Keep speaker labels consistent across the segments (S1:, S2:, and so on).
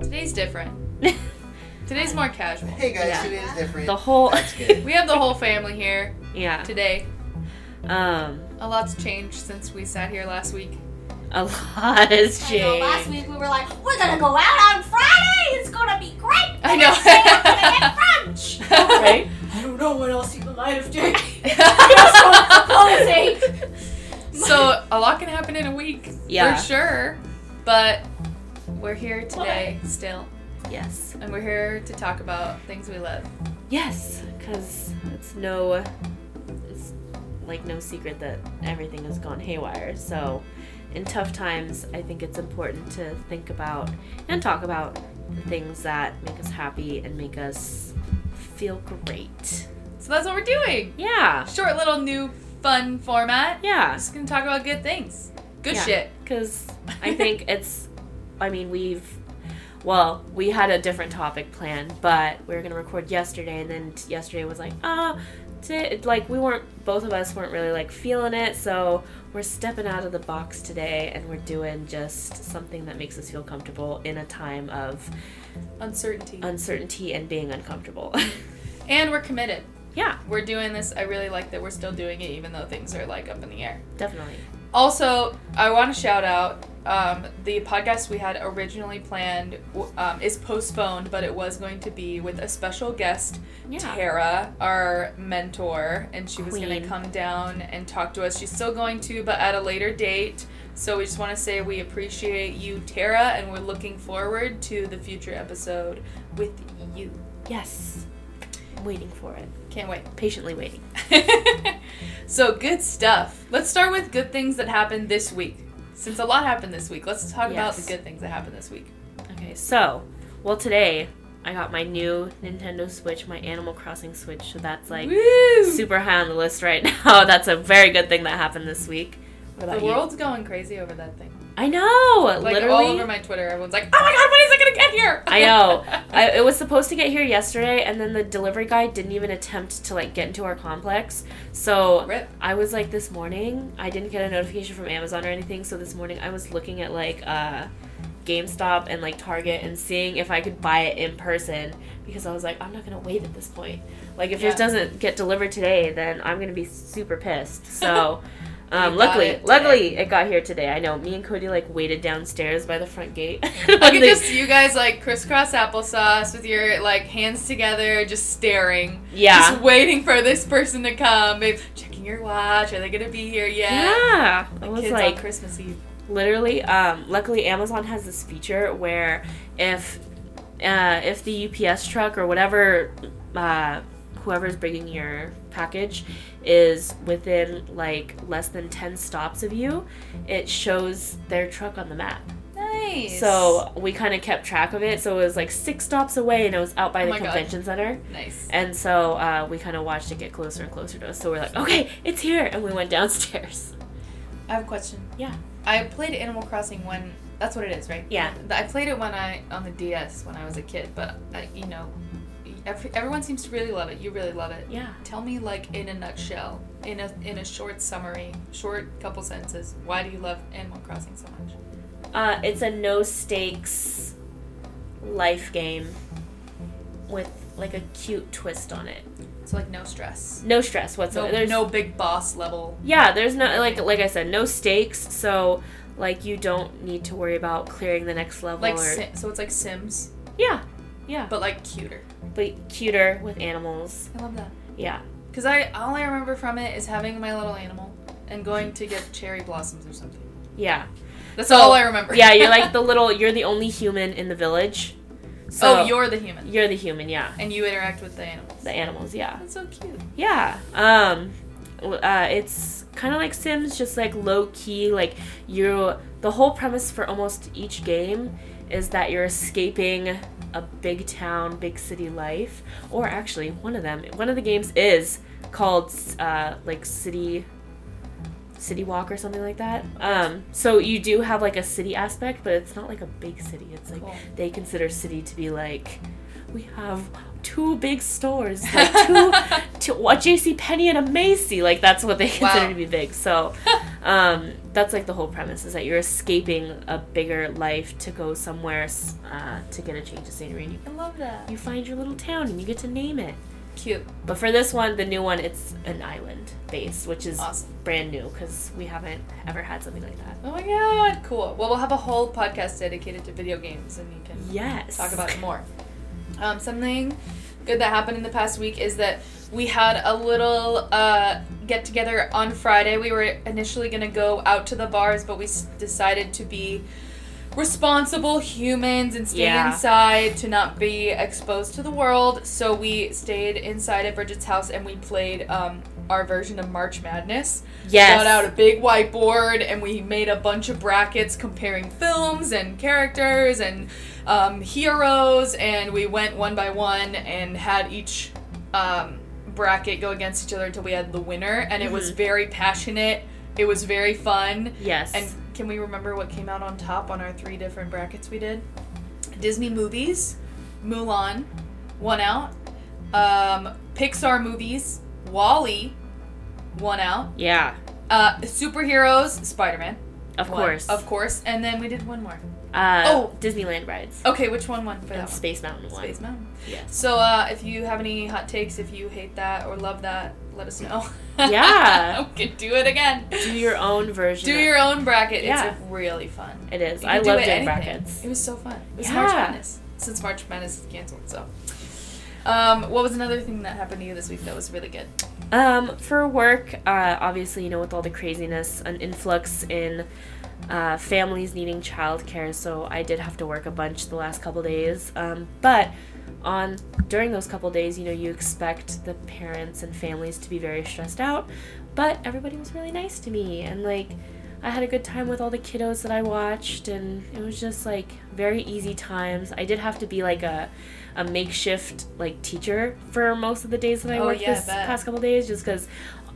S1: Today's different. Today's more casual.
S2: Hey guys,
S3: Yeah.
S2: today is different.
S3: The whole.
S2: That's good.
S1: We have the whole family here
S3: yeah.
S1: today.
S3: Um,
S1: A lot's changed since we sat here last week.
S3: a lot has
S4: I know last
S3: changed.
S4: week we were like, we're gonna go out on Friday. It's gonna be great.
S1: I
S4: We're
S1: know.
S4: gonna stay up and have brunch.
S3: Right?
S4: I don't know what else you might have done.
S1: so a lot can happen in a week.
S3: Yeah.
S1: For sure. But we're here today still.
S3: Yes.
S1: And we're here to talk about things we love.
S3: Yes, because it's no. It's like no secret that everything has gone haywire. So, in tough times, I think it's important to think about and talk about the things that make us happy and make us feel great.
S1: So that's what we're doing.
S3: Yeah.
S1: Short little new fun format.
S3: Yeah.
S1: Just gonna talk about good things. Good
S3: Yeah.
S1: shit.
S3: because I think it's. I mean, we've. Well, we had a different topic planned, but we were gonna record yesterday, and then t- yesterday was like, ah, t- like we weren't. Both of us weren't really like feeling it, so we're stepping out of the box today, and we're doing just something that makes us feel comfortable in a time of
S1: Uncertainty.
S3: uncertainty and being uncomfortable.
S1: and we're committed.
S3: yeah,
S1: We're doing this. I really like that we're still doing it even though things are like up in the air.
S3: definitely.
S1: Also, I want to shout out um, the podcast we had originally planned w- um, is postponed, but it was going to be with a special guest, Tara, our mentor, and she was going
S3: Queen.
S1: to come down and talk to us. She's still going to, but at a later date. So we just want to say we appreciate you, Tara, and we're looking forward to the future episode with you.
S3: Yes. I'm waiting for it.
S1: Can't wait.
S3: Patiently waiting.
S1: so good stuff. Let's start with good things that happened this week. Since a lot happened this week, let's talk about
S3: Yes.
S1: the good things that happened this week.
S3: Okay, so, well, today I got my new Nintendo Switch, my Animal Crossing Switch, so that's like
S1: Woo!
S3: super high on the list right now. That's a very good thing that happened this week. What
S1: the
S3: about you?
S1: world's going crazy over that thing.
S3: I know,
S1: Like all
S3: literally.
S1: over my Twitter, everyone's like, "Oh my god, when is it gonna get here?"
S3: I know. I, it was supposed to get here yesterday, and then the delivery guy didn't even attempt to like get into our complex. So
S1: Rip.
S3: I was like, this morning I didn't get a notification from Amazon or anything. So this morning I was looking at like uh, GameStop and like Target and seeing if I could buy it in person because I was like, I'm not gonna wait at this point. Like if
S1: Yeah.
S3: it doesn't get delivered today, then I'm gonna be super pissed. So. Um,
S1: You got
S3: luckily,
S1: it today.
S3: luckily, it got here today. I know. Me and Cody like waited downstairs by the front gate.
S1: I could just see you guys like crisscross applesauce with your like hands together, just staring,
S3: yeah.
S1: just waiting for this person to come. Maybe checking your watch. Are they gonna be here yet?
S3: Yeah. I
S1: The
S3: was
S1: kids on
S3: like,
S1: Christmas Eve.
S3: literally, um, luckily Amazon has this feature where if uh, if the UPS truck or whatever uh, whoever's bringing your package is within like less than 10 stops of you, it shows their truck on the map.
S1: Nice.
S3: So we kind of kept track of it. So it was like six stops away and it was out by
S1: Oh
S3: the
S1: my God.
S3: convention center.
S1: nice.
S3: And so uh, we kind of watched it get closer and closer to us. So we're like, okay, it's here. And we went downstairs.
S1: I have a question.
S3: Yeah.
S1: I played Animal Crossing when that's what it is, right?
S3: Yeah.
S1: I played it when I on the DS when I was a kid, but I, you know, every, everyone seems to really love it. You really love it.
S3: Yeah.
S1: Tell me, like in a nutshell, in a in a short summary, short couple sentences, why do you love Animal Crossing so much?
S3: Uh, it's a no stakes life game with like a cute twist on it.
S1: So like no stress,
S3: No stress whatsoever.
S1: no,
S3: there's
S1: no big boss level.
S3: yeah, there's no like like I said, no stakes. So like you don't need to worry about clearing the next level
S1: Like
S3: or
S1: si- so, it's like Sims,
S3: yeah, yeah,
S1: but like cuter.
S3: but cuter with animals.
S1: I love that.
S3: Yeah,
S1: Cause I all I remember from it is having my little animal and going to get cherry blossoms or something.
S3: yeah,
S1: That's
S3: So-
S1: all I remember.
S3: yeah. You're like the little. You're the only human in the village. So
S1: oh, you're the human.
S3: you're the human. Yeah,
S1: And you interact with the animals.
S3: the animals. Yeah.
S1: That's so cute.
S3: Yeah. Um w- uh, it's kind of like Sims, just like low key. Like you, the whole premise for almost each game is that you're escaping a big town, big city life. Or actually, one of them, one of the games is called uh, like City City Walk or something like that. Um, so you do have like a city aspect, but it's not like a big city. It's like
S1: Cool.
S3: they consider city to be like we have two big stores, like two to what JC Penney and a Macy. Like that's what they consider
S1: Wow.
S3: to be big. So Um, that's like the whole premise is that you're escaping a bigger life to go somewhere s- uh, to get a change of scenery. And you,
S1: I love that.
S3: you find your little town and you get to name it.
S1: Cute.
S3: But for this one, the new one, it's an island base, which is
S1: Awesome.
S3: brand new because we haven't ever had something like that
S1: Oh my god, cool. Well, we'll have a whole podcast dedicated to video games and you can
S3: yes.
S1: talk about it more. Um, something good that happened in the past week is that we had a little uh, get together on Friday. We were initially going to go out to the bars, but we s- decided to be responsible humans and stay
S3: Yeah.
S1: inside to not be exposed to the world. So we stayed inside at Bridget's house and we played um, our version of March Madness
S3: Yes.
S1: got out a big whiteboard and we made a bunch of brackets comparing films and characters and um, heroes and we went one by one and had each um, bracket go against each other until we had the winner and it was
S3: Mhm.
S1: very passionate it was very fun
S3: Yes.
S1: and can we remember what came out on top on our three different brackets we did disney movies mulan one out um, pixar movies wally one out
S3: yeah.
S1: uh, superheroes, Spider Man.
S3: Of course.
S1: Of course. And then we did one more.
S3: uh,
S1: Oh.
S3: Disneyland rides.
S1: Okay, which one won for
S3: and
S1: that one?
S3: Space Mountain one.
S1: Space Mountain.
S3: Yes.
S1: So uh, if you have any hot takes, if you hate that or love that, let us know.
S3: Yeah.
S1: we can do it again.
S3: Do your own version.
S1: Do
S3: of-
S1: your own bracket.
S3: Yeah.
S1: It's really fun.
S3: It is.
S1: You
S3: I
S1: can do
S3: love
S1: it
S3: doing
S1: anything.
S3: brackets.
S1: It was so fun. It was
S3: Yeah.
S1: March Madness. Since March Madness is canceled, so. Um, what was another thing that happened to you this week that was really good?
S3: Um, for work, uh, obviously, you know, with all the craziness, an influx in uh, families needing childcare, so I did have to work a bunch the last couple days. Um, but on during those couple days, you know, you expect the parents and families to be very stressed out, but everybody was really nice to me, and like, I had a good time with all the kiddos that I watched, and it was just like very easy times. I did have to be like a a makeshift like teacher for most of the days that I
S1: Oh,
S3: worked
S1: yeah, I
S3: this
S1: bet.
S3: past couple days, just because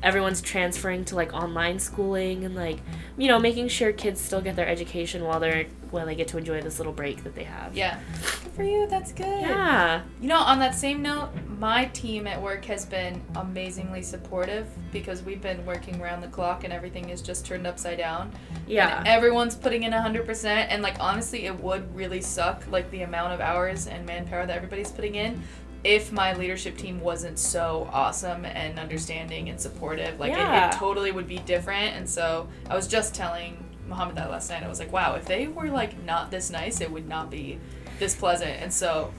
S3: everyone's transferring to like online schooling and like you know making sure kids still get their education while they're while they get to enjoy this little break that they have.
S1: Yeah. Good for you. That's good.
S3: Yeah.
S1: You know, on that same note, my team at work has been amazingly supportive because we've been working round the clock and everything is just turned upside down. And
S3: Yeah.
S1: everyone's putting in 100%. And, like, honestly, it would really suck, like, the amount of hours and manpower that everybody's putting in if my leadership team wasn't so awesome and understanding and supportive. Like,
S3: Yeah.
S1: it, it totally would be different. And so I was just telling Mohammed that last night. I was like, wow, if they were, like, not this nice, it would not be this pleasant. And so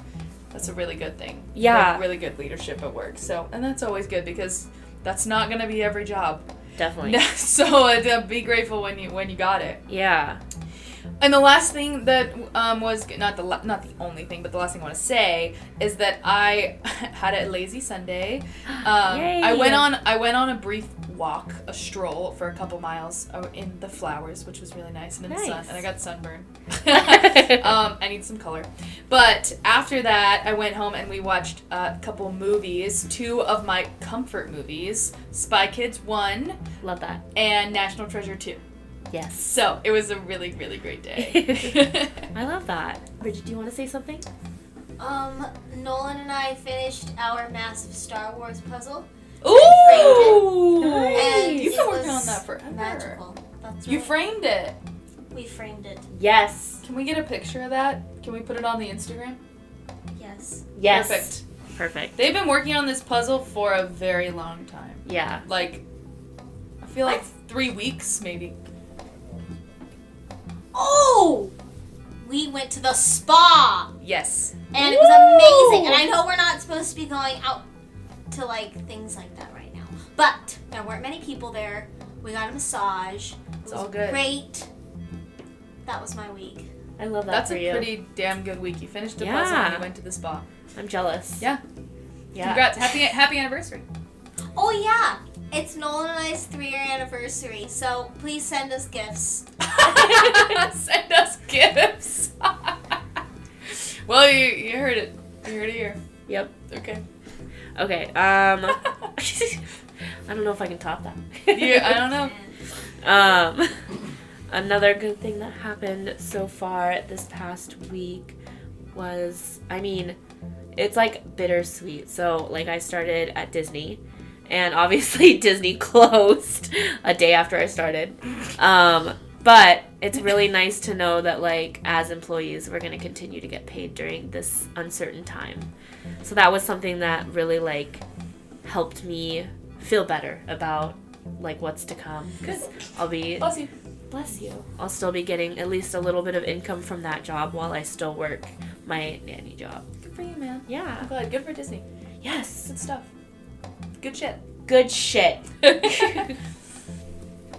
S1: that's a really good thing.
S3: Yeah.
S1: Like, really good leadership at work. So, and that's always good because that's not going to be every job.
S3: Definitely.
S1: so uh, be grateful when you when you got it.
S3: Yeah.
S1: And the last thing that um, was not the la- not the only thing, but the last thing I want to say is that I had a lazy Sunday. Um,
S3: Yay.
S1: I went on I went on a brief walk, a stroll for a couple miles uh, in the flowers, which was really nice, and in the sun,
S3: Nice.
S1: and I got sunburned. um, I need some color. But after that, I went home and we watched a couple movies, two of my comfort movies, Spy Kids one
S3: Love that.
S1: and National Treasure two.
S3: Yes.
S1: So it was a really really great day.
S3: I love that. Bridget, do you want to say something?
S4: Um, Nolan and I finished our massive Star Wars puzzle.
S1: Ooh!
S4: And
S1: You've
S4: it
S1: been working on
S4: was
S1: that forever.
S4: Magical. That's
S1: You
S4: right.
S1: framed it.
S4: we framed it.
S3: Yes.
S1: Can we get a picture of that? Can we put it on the Instagram?
S4: Yes.
S3: Yes.
S1: Perfect.
S3: Perfect.
S1: They've been working on this puzzle for a very long time.
S3: Yeah.
S1: Like, I feel like three weeks maybe.
S4: Oh! We went to the spa
S1: Yes.
S4: and it was
S3: Woo!
S4: amazing. And I know we're not supposed to be going out to like things like that right now, but there weren't many people there. We got a massage.
S1: It's all good.
S4: Great. That was my week.
S3: I love that
S1: That's
S3: for
S1: a
S3: you.
S1: pretty damn good week. You finished the puzzle
S3: Yeah.
S1: and you went to the spa.
S3: I'm jealous.
S1: Yeah.
S3: Yeah.
S1: Congrats. Happy happy anniversary.
S4: Oh yeah, it's Nolan and I's three-year anniversary, so please send us gifts.
S1: Send us gifts. well, you, you heard it. You heard it here.
S3: Yep.
S1: Okay.
S3: Okay. Um
S1: you,
S3: I don't know if I can top that.
S1: I don't know.
S3: Um, another good thing that happened so far this past week was, I mean, it's like bittersweet. So, like, I started at Disney and obviously Disney closed a day after I started. Um, but it's really nice to know that, like, as employees, we're going to continue to get paid during this uncertain time. So that was something that really, like, helped me feel better about, like, what's to come. Because I'll be,
S1: Bless you.
S3: bless you, I'll still be getting at least a little bit of income from that job while I still work my nanny job.
S1: Good for you, man.
S3: Yeah.
S1: I'm glad. Good for Disney.
S3: Yes.
S1: Good stuff. Good shit.
S3: Good shit.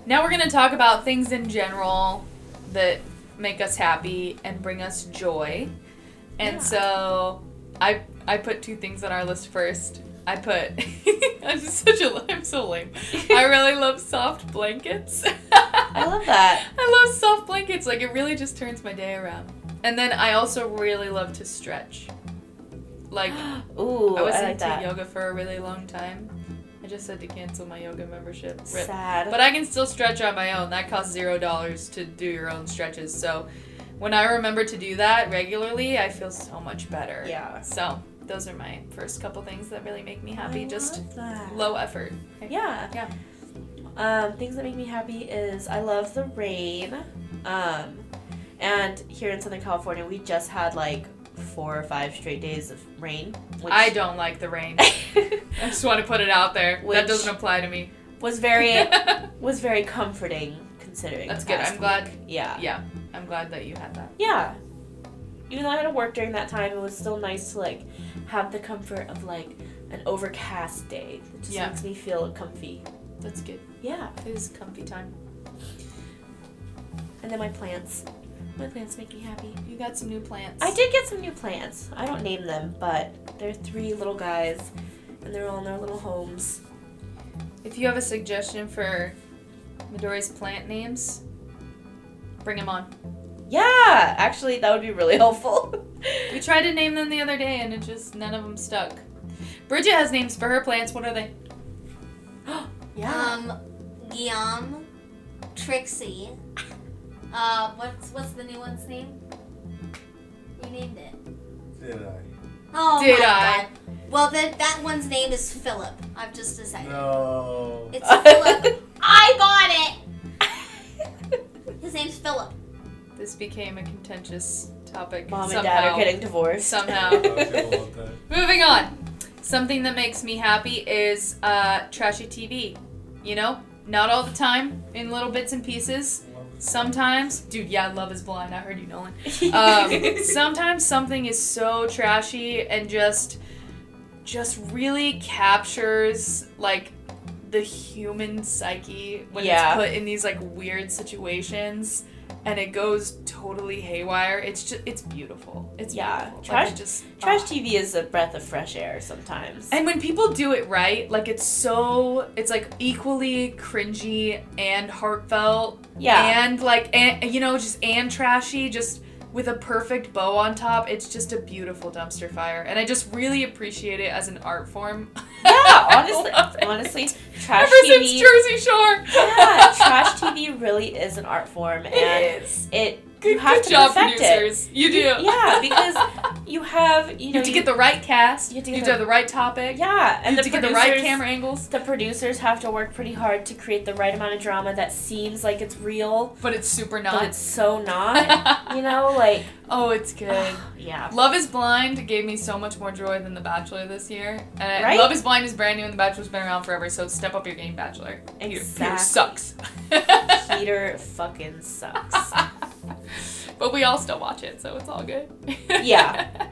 S1: now we're gonna talk about things in general that make us happy and bring us joy. And
S3: Yeah.
S1: so I I put two things on our list first. I put I'm such a I'm so lame. I really love soft blankets.
S3: I love that.
S1: I love soft blankets. Like it really just turns my day around. And then I also really love to stretch. Like
S3: Ooh,
S1: I was
S3: like
S1: into
S3: that.
S1: yoga for a really long time. I just had to cancel my yoga membership. Rip.
S3: Sad.
S1: But I can still stretch on my own. That costs zero dollars to do your own stretches. So when I remember to do that regularly, I feel so much better.
S3: yeah.
S1: So those are my first couple things that really make me happy.
S3: I
S1: just
S3: love that.
S1: low effort.
S3: Yeah.
S1: Yeah.
S3: Um, things that make me happy is I love the rain. Um, and here in Southern California, we just had like four or five straight days of rain. Which
S1: I don't like the rain. I just want to put it out there.
S3: Which-
S1: that doesn't apply to me.
S3: was very
S1: That's
S3: was very comforting considering. the
S1: good.
S3: past
S1: I'm glad.
S3: week. Yeah.
S1: Yeah, I'm glad that you had that.
S3: Yeah. Even though I had to work during that time, it was still nice to like have the comfort of like an overcast day. It just
S1: Yeah.
S3: makes me feel comfy.
S1: That's good.
S3: Yeah.
S1: It is comfy time.
S3: And then my plants. My plants make me happy.
S1: You got some new plants.
S3: I did get some new plants. I don't name them, but they're three little guys, and they're all in their little homes.
S1: If you have a suggestion for Midori's plant names, bring them on.
S3: Yeah, actually, that would be really helpful.
S1: We tried to name them the other day and it just none of them stuck. Bridget has names for her plants. What are they?
S4: Um, Guillaume, Trixie. Uh, what's what's the new one's name? You named it.
S2: Did
S4: Oh
S1: Did
S4: my
S1: I?
S4: god. Well, then that one's name is Philip. I've just
S2: I?
S4: decided.
S2: No.
S4: It's
S1: Um,
S4: Philip. I got it. His name's Philip.
S1: This became a contentious topic.
S3: Mom and
S1: somehow.
S3: Dad are getting divorced.
S1: Somehow.
S2: Okay,
S1: Moving on. Something that makes me happy is uh, trashy TV. You know, not all the time, in little bits and pieces.
S2: well done.
S1: Sometimes, dude, yeah, Love is Blind. I heard you, Nolan. um, sometimes something is so trashy and just just really captures like the human psyche when
S3: Yeah.
S1: it's put in these like weird situations and it goes totally haywire it's just it's beautiful it's
S3: Yeah.
S1: beautiful.
S3: Trash-
S1: like, I just
S3: Trash
S1: ah.
S3: TV is a breath of fresh air sometimes.
S1: and when people do it right like it's so it's like equally cringy and heartfelt
S3: yeah.
S1: and like and you know just and trashy just with a perfect bow on top it's just a beautiful dumpster fire and i just really appreciate it as an art form
S3: yeah,
S1: I
S3: honestly,
S1: love it.
S3: honestly, trash
S1: ever since
S3: TV.
S1: jersey shore
S3: yeah, trash TV really is an art form, and
S1: it is
S3: it
S1: good,
S3: you have
S1: good
S3: to
S1: job
S3: perfect it.
S1: producers you do
S3: Yeah, because you have you
S1: you,
S3: know
S1: have to get the right cast
S3: you have to
S1: you have
S3: get the-
S1: to have the right topic
S3: yeah, and
S1: you have to
S3: the
S1: get the right
S3: producers-
S1: camera angles
S3: The producers have to work pretty hard to create the right amount of drama that seems like it's real,
S1: but it's super
S3: but
S1: not
S3: it's so not. you know, like
S1: oh it's good
S3: yeah,
S1: Love is Blind gave me so much more joy than The Bachelor this year. And
S3: Right?
S1: Love is Blind is brand new and The Bachelor's been around forever, so step up your game, Bachelor. Peter, Peter
S3: Exactly.
S1: sucks.
S3: Peter fucking sucks.
S1: but we all still watch it, so it's all good.
S3: Yeah.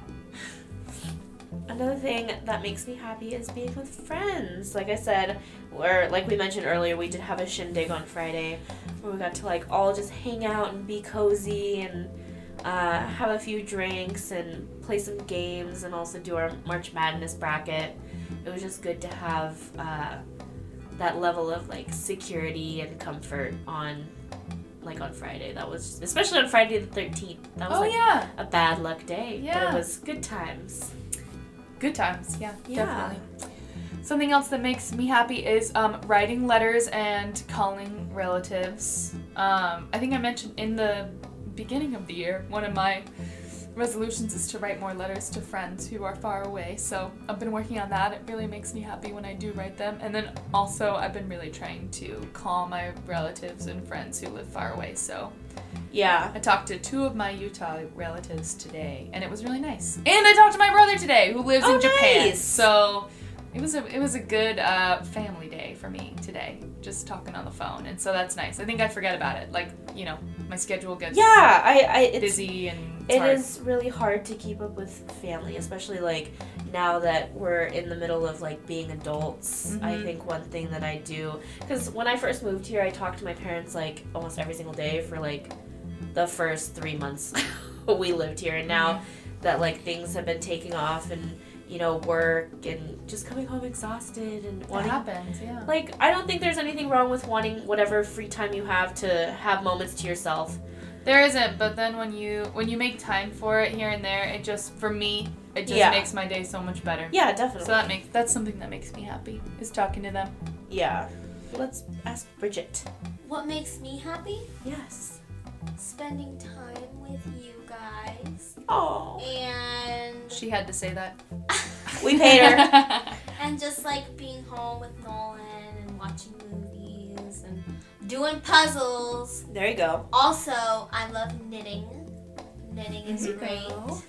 S3: Another thing that makes me happy is being with friends. Like I said, or like we mentioned earlier, we did have a shindig on Friday where we got to like all just hang out and be cozy and uh, have a few drinks and play some games and also do our March Madness bracket. It was just good to have uh, that level of like security and comfort on like on Friday. That was especially on Friday the 13th. That was
S1: oh,
S3: like
S1: yeah.
S3: a bad luck day, but
S1: Yeah.
S3: it was good times.
S1: Good times. Yeah,
S3: Yeah.
S1: definitely. Something else that makes me happy is um, writing letters and calling relatives. Um, I think I mentioned in the beginning of the year one of my resolutions is to write more letters to friends who are far away. So I've been working on that. It really makes me happy when I do write them. And then also, I've been really trying to call my relatives and friends who live far away. So
S3: Yeah.
S1: I talked to two of my Utah relatives today, and it was really nice. And I talked to my brother today, who lives
S3: Oh,
S1: in Japan.
S3: nice.
S1: So it was a it was a good uh, family day for me today, just talking on the phone, and so that's nice. I think I forget about it. Like you know, my schedule gets
S3: Yeah, I, I it's
S1: busy and it's
S3: It
S1: hard.
S3: is really hard to keep up with family, especially like now that we're in the middle of like being adults. I
S1: Mhm.
S3: think one thing that I do because when I first moved here, I talked to my parents like almost every single day for like the first three months we lived here, and now
S1: Mm-hmm.
S3: that like things have been taking off and you know work and just coming home exhausted and
S1: What
S3: wanting
S1: happens? Yeah.
S3: like I don't think there's anything wrong with wanting whatever free time you have to have moments to yourself.
S1: There isn't, but then when you when you make time for it here and there, it just for me it just
S3: Yeah.
S1: makes my day so much better.
S3: Yeah, definitely.
S1: So that makes that's something that makes me happy is talking to them.
S3: Yeah. Let's ask Bridget.
S4: What makes me happy?
S3: Yes.
S4: Spending time with you guys
S3: Oh.
S4: and
S1: She had to say that.
S3: We paid her.
S4: and just like being home with Nolan and watching movies and doing puzzles.
S3: There you go.
S4: Also, I love knitting. Knitting is
S1: Mhm.
S4: great.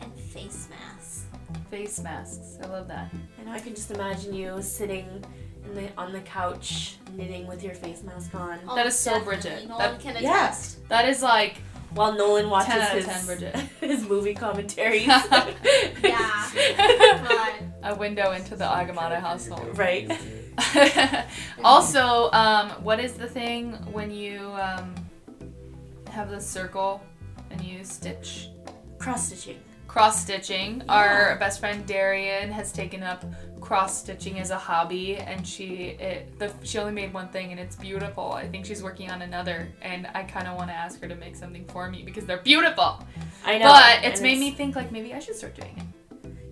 S4: And face masks.
S1: Face masks. I love that.
S3: And I can just imagine you sitting in the on the couch knitting with your face mask on
S4: Oh,
S1: That is so
S4: definitely.
S1: Bridget.
S4: Nolan
S1: That-
S4: can
S3: Yeah.
S4: attest.
S1: That is like
S3: while Nolan watches
S1: 10 out of
S3: his
S1: 10 Bridget.
S3: his movie commentaries.
S4: Yeah. God.
S1: a window into the Agamotto household.
S3: Right.
S1: also, um, what is the thing when you um, have the circle and you stitch?
S3: Cross stitching.
S1: Cross stitching. Our best friend Darian has taken up cross stitching as a hobby, and she it, the, she only made one thing, and it's beautiful. I think she's working on another, and I kind of want to ask her to make something for me because they're beautiful.
S3: I know.
S1: But it's
S3: and
S1: made me think like maybe I should start doing it.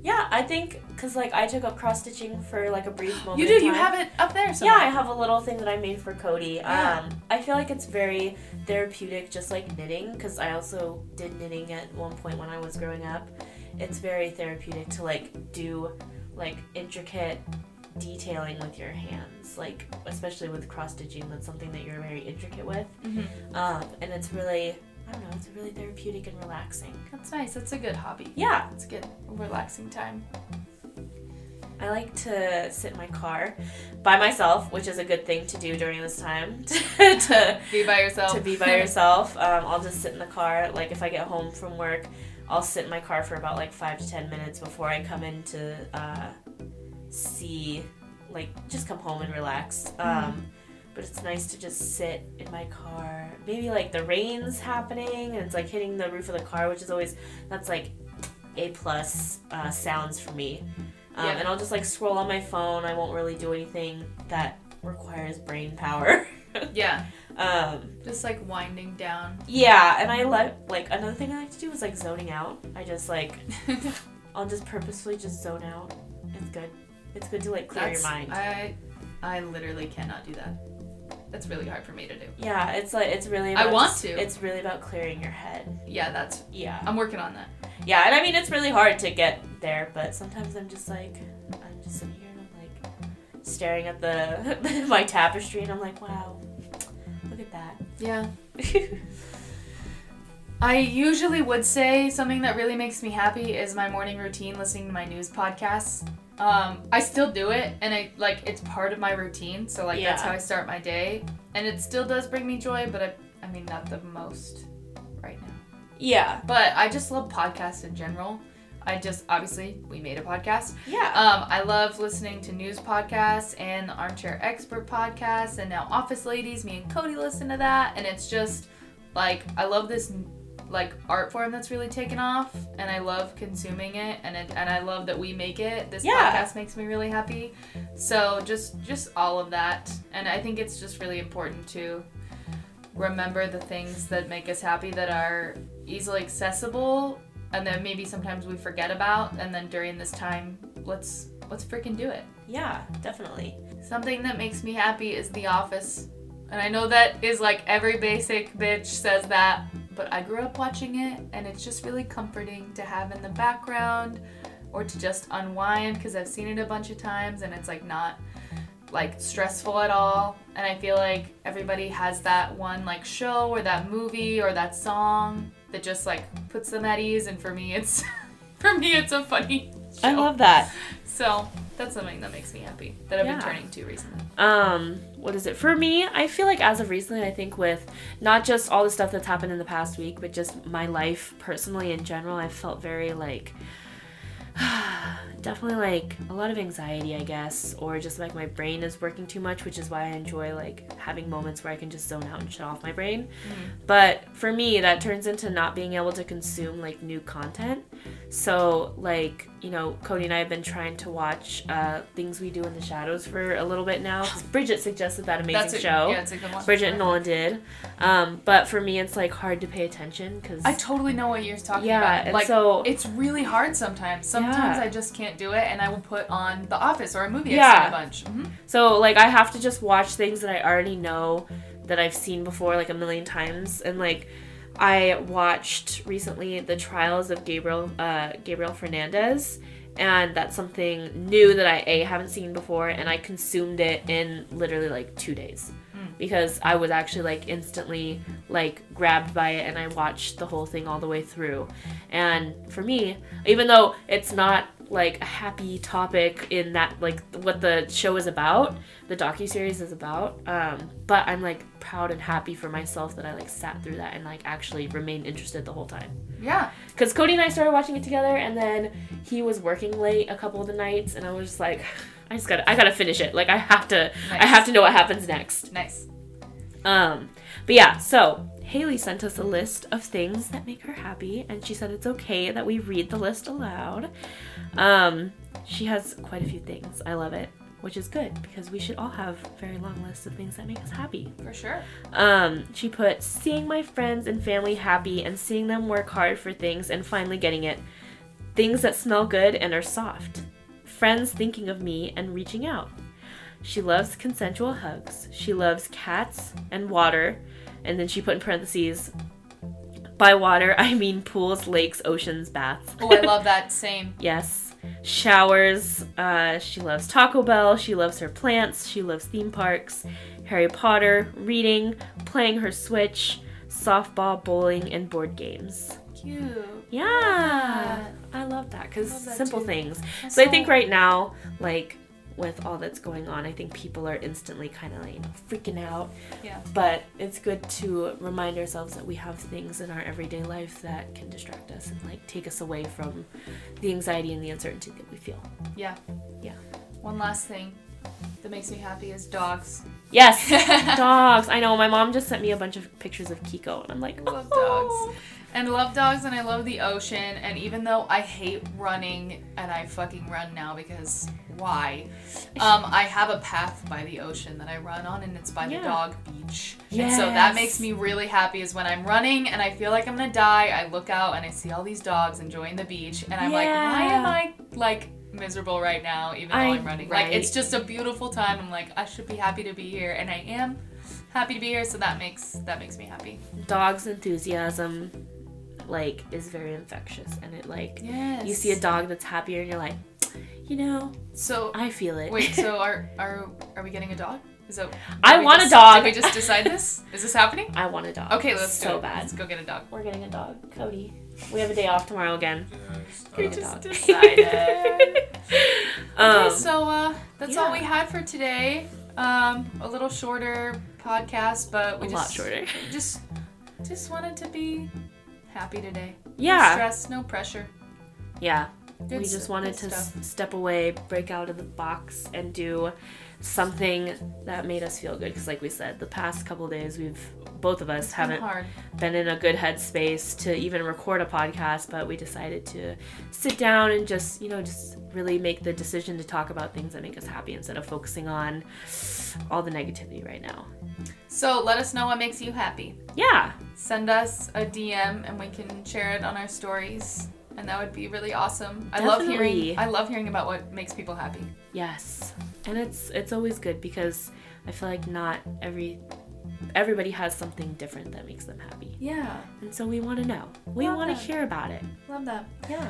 S3: Yeah, I think because like I took up cross stitching for like a brief moment.
S1: You
S3: in
S1: do. You
S3: time.
S1: have it up there.
S3: yeah,
S1: Somewhere.
S3: I have a little thing that I made for Cody.
S1: Yeah.
S3: Um, I feel like it's very therapeutic, just like knitting, because I also did knitting at one point when I was growing up. It's very therapeutic to like do like intricate detailing with your hands, like especially with cross stitching. That's something that you're very intricate with,
S1: Mhm.
S3: um, and it's really I don't know, it's really therapeutic and relaxing.
S1: That's nice. That's a good hobby.
S3: Yeah,
S1: It's good, relaxing time.
S3: I like to sit in my car by myself, which is a good thing to do during this time to
S1: Be by yourself.
S3: to be by yourself. Um, I'll just sit in the car. Like if I get home from work, I'll sit in my car for about like five to ten minutes before I come in to uh, see, like just come home and relax. Um, but it's nice to just sit in my car. Maybe like the rain's happening and it's like hitting the roof of the car, which is always that's like a plus uh, sounds for me. Um,
S1: Yeah.
S3: And I'll just like scroll on my phone. I won't really do anything that requires brain power.
S1: yeah,
S3: um,
S1: just like winding down.
S3: yeah, and I like like another thing I like to do is like zoning out. I just like I'll just purposefully just zone out. It's good. It's good to like clear
S1: That's-
S3: your mind.
S1: I, I literally cannot do that. That's really hard for me to do.
S3: yeah, it's like it's really.
S1: I
S3: About
S1: want
S3: just-
S1: to.
S3: It's really about clearing your head.
S1: Yeah, that's.
S3: Yeah,
S1: I'm working on that.
S3: yeah, and I mean it's really hard to get there, but sometimes I'm just like I'm just sitting here and I'm like staring at the my tapestry and I'm like, wow, look at that.
S1: Yeah. I usually would say something that really makes me happy is my morning routine listening to my news podcasts. Um, I still do it and I like it's part of my routine, so like that's
S3: Yeah.
S1: how I start my day. And it still does bring me joy, but I I mean not the most right now.
S3: yeah,
S1: But I just love podcasts in general. I just obviously we made a podcast.
S3: yeah.
S1: Um, I love listening to news podcasts and the Armchair Expert podcasts, and now Office Ladies. Me and Cody listen to that, and it's just like I love this like art form that's really taken off, and I love consuming it, and it, and I love that we make it. This
S3: Yeah.
S1: podcast makes me really happy. So just just all of that, and I think it's just really important to remember the things that make us happy that are easily accessible and then maybe sometimes we forget about and then during this time let's let's freaking do it
S3: yeah, definitely.
S1: something that makes me happy is the office and i know that is like every basic bitch says that but I grew up watching it, and it's just really comforting to have in the background or to just unwind because I've seen it a bunch of times and it's like not like stressful at all. And I feel like everybody has that one like show or that movie or that song that just like puts them at ease. And for me, it's for me, it's a funny. Show.
S3: I love that.
S1: So that's something that makes me happy that I've
S3: Yeah.
S1: been turning to recently.
S3: Um, what is it for me? I feel like as of recently, I think with not just all the stuff that's happened in the past week, but just my life personally in general, I felt very like definitely like a lot of anxiety, I guess, or just like my brain is working too much, which is why I enjoy like having moments where I can just zone out and shut off my brain.
S1: Mm-hmm.
S3: But for me, that turns into not being able to consume like new content. So, like, you know, Cody and I have been trying to watch uh, Things We Do in the Shadows for a little bit now. 'cause Bridget suggested that amazing
S1: That's a,
S3: show.
S1: Yeah, it's a good one.
S3: Bridget Nolan did. Um, but for me, it's like hard to pay attention because
S1: I totally know what you're talking
S3: Yeah,
S1: about.
S3: and
S1: like
S3: so-
S1: it's really hard sometimes. Sometimes
S3: Yeah.
S1: I just can't do it, and I will put on The Office or a movie
S3: Yeah.
S1: I've seen a bunch. Mhm.
S3: So like I have to just watch things that I already know that I've seen before like a million times and like I watched recently the trials of Gabriel uh, Gabriel Fernandez and that's something new that I a haven't seen before and I consumed it in literally like 2 days because I was actually like instantly like grabbed by it and I watched the whole thing all the way through. And for me, even though it's not like a happy topic in that like what the show is about, the docu series is about, um, but I'm like proud and happy for myself that I like sat through that and like actually remained interested the whole time.
S1: Yeah,
S3: Cuz Cody and I started watching it together and then he was working late a couple of the nights and I was just like I just got to I got to finish it. Like I have to I
S1: Nice.
S3: have to know what happens next.
S1: nice.
S3: Um, but yeah, so Haley sent us a list of things that make her happy, and she said it's okay that we read the list aloud. Um, she has quite a few things. I love it, which is good because we should all have very long lists of things that make us happy.
S1: For sure.
S3: Um, she put seeing my friends and family happy and seeing them work hard for things and finally getting it. Things that smell good and are soft. Friends thinking of me and reaching out. She loves consensual hugs. She loves cats and water. And then she put in parentheses by water, I mean pools, lakes, oceans, baths.
S1: Oh, I love that same.
S3: Yes. Showers. Uh, she loves Taco Bell. She loves her plants. She loves theme parks, Harry Potter, reading, playing her Switch, softball, bowling, and board games.
S1: Cute.
S3: Yeah. I love that because
S1: Love that
S3: simple
S1: too.
S3: things.
S1: That's
S3: So I think
S1: so-
S3: right now, like with all that's going on, I think people are instantly kind of like freaking out.
S1: Yeah.
S3: But it's good to remind ourselves that we have things in our everyday life that can distract us and like take us away from the anxiety and the uncertainty that we feel.
S1: Yeah.
S3: Yeah.
S1: One last thing that makes me happy is dogs.
S3: Yes, dogs. I know. My mom just sent me a bunch of pictures of Kiko, and I'm like,
S1: I love
S3: "Oh."
S1: dogs. And love dogs and I love the ocean and even though I hate running and I fucking run now because why? Um, I have a path by the ocean that I run on and it's by
S3: Yeah.
S1: the dog beach. And so that
S3: Yes.
S1: makes me really happy is when I'm running and I feel like I'm gonna die, I look out and I see all these dogs enjoying the beach and I'm like, why am
S3: Yeah.
S1: I like miserable right now even though
S3: I-
S1: I, am running?
S3: right.
S1: Like it's just a beautiful time. I'm like, I should be happy to be here and I am happy to be here, so that makes that makes me happy.
S3: Dogs' enthusiasm, like, is very infectious, and it like
S1: Yes.
S3: you see a dog that's happier, and you're like, you know,
S1: So
S3: I feel it.
S1: wait, so are are are we getting a dog? Is that
S3: I
S1: did we
S3: want a
S1: just-
S3: dog.
S1: Did we just decide this? Is this happening?
S3: I want a dog.
S1: Okay, let's
S3: so
S1: do it.
S3: bad.
S1: Let's go get a dog.
S3: We're getting a dog, Cody. We have a day off tomorrow again.
S2: Yes,
S1: We
S2: uh,
S3: Get a
S1: just
S3: dog.
S1: decided.
S3: Um,
S1: okay, so uh, that's all
S3: yeah.
S1: we had for today. Um, a little shorter podcast, but we
S3: a
S1: just
S3: lot shorter.
S1: just just wanted to be happy today. No
S3: Yeah,
S1: stress, no pressure.
S3: yeah.
S1: Good
S3: we
S1: s-
S3: just wanted
S1: good
S3: to
S1: stuff.
S3: s- step away, break out of the box, and do something that made us feel good. Because, like we said, the past couple days, we've both of us
S1: It's been
S3: haven't
S1: hard.
S3: been in a good headspace to even record a podcast, but we decided to sit down and just, you know, just really make the decision to talk about things that make us happy instead of focusing on all the negativity right now.
S1: So let us know what makes you happy.
S3: Yeah.
S1: Send us a DM and we can share it on our stories. And that would be really awesome. I love
S3: Definitely.
S1: hearing I love hearing about what makes people happy.
S3: Yes. And it's it's always good because I feel like not every everybody has something different that makes them happy.
S1: Yeah.
S3: And so we want to know. We
S1: Love
S3: want to
S1: that.
S3: hear about it.
S1: Love that.
S3: Yeah.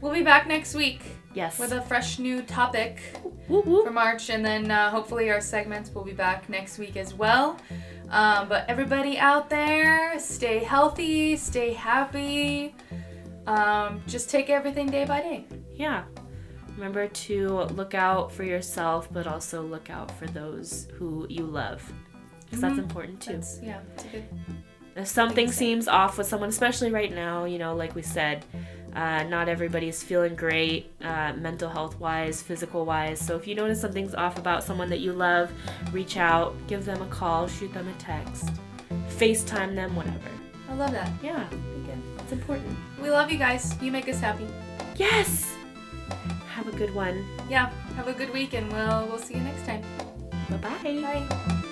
S1: We'll be back next week
S3: Yes.
S1: with a fresh new topic
S3: Whoop, whoop.
S1: for March, and then uh, hopefully our segments will be back next week as well. Um, but everybody out there, stay healthy, stay happy. Um, just take everything day by day.
S3: Yeah. Remember to look out for yourself, but also look out for those who you love. Because that's
S1: Mhm.
S3: important too.
S1: That's, yeah, it's a good.
S3: if something
S1: thing to say.
S3: seems off with someone, especially right now, you know, like we said, uh, not everybody's feeling great, uh, mental health wise, physical wise. So if you notice something's off about someone that you love, reach out, give them a call, shoot them a text, FaceTime them, whatever.
S1: I love that.
S3: Yeah, it's important.
S1: We love you guys. You make us happy.
S3: Yes! Have a good one.
S1: Yeah. Have a good week, and we'll we'll see you next time.
S3: Bye-bye.
S1: Bye.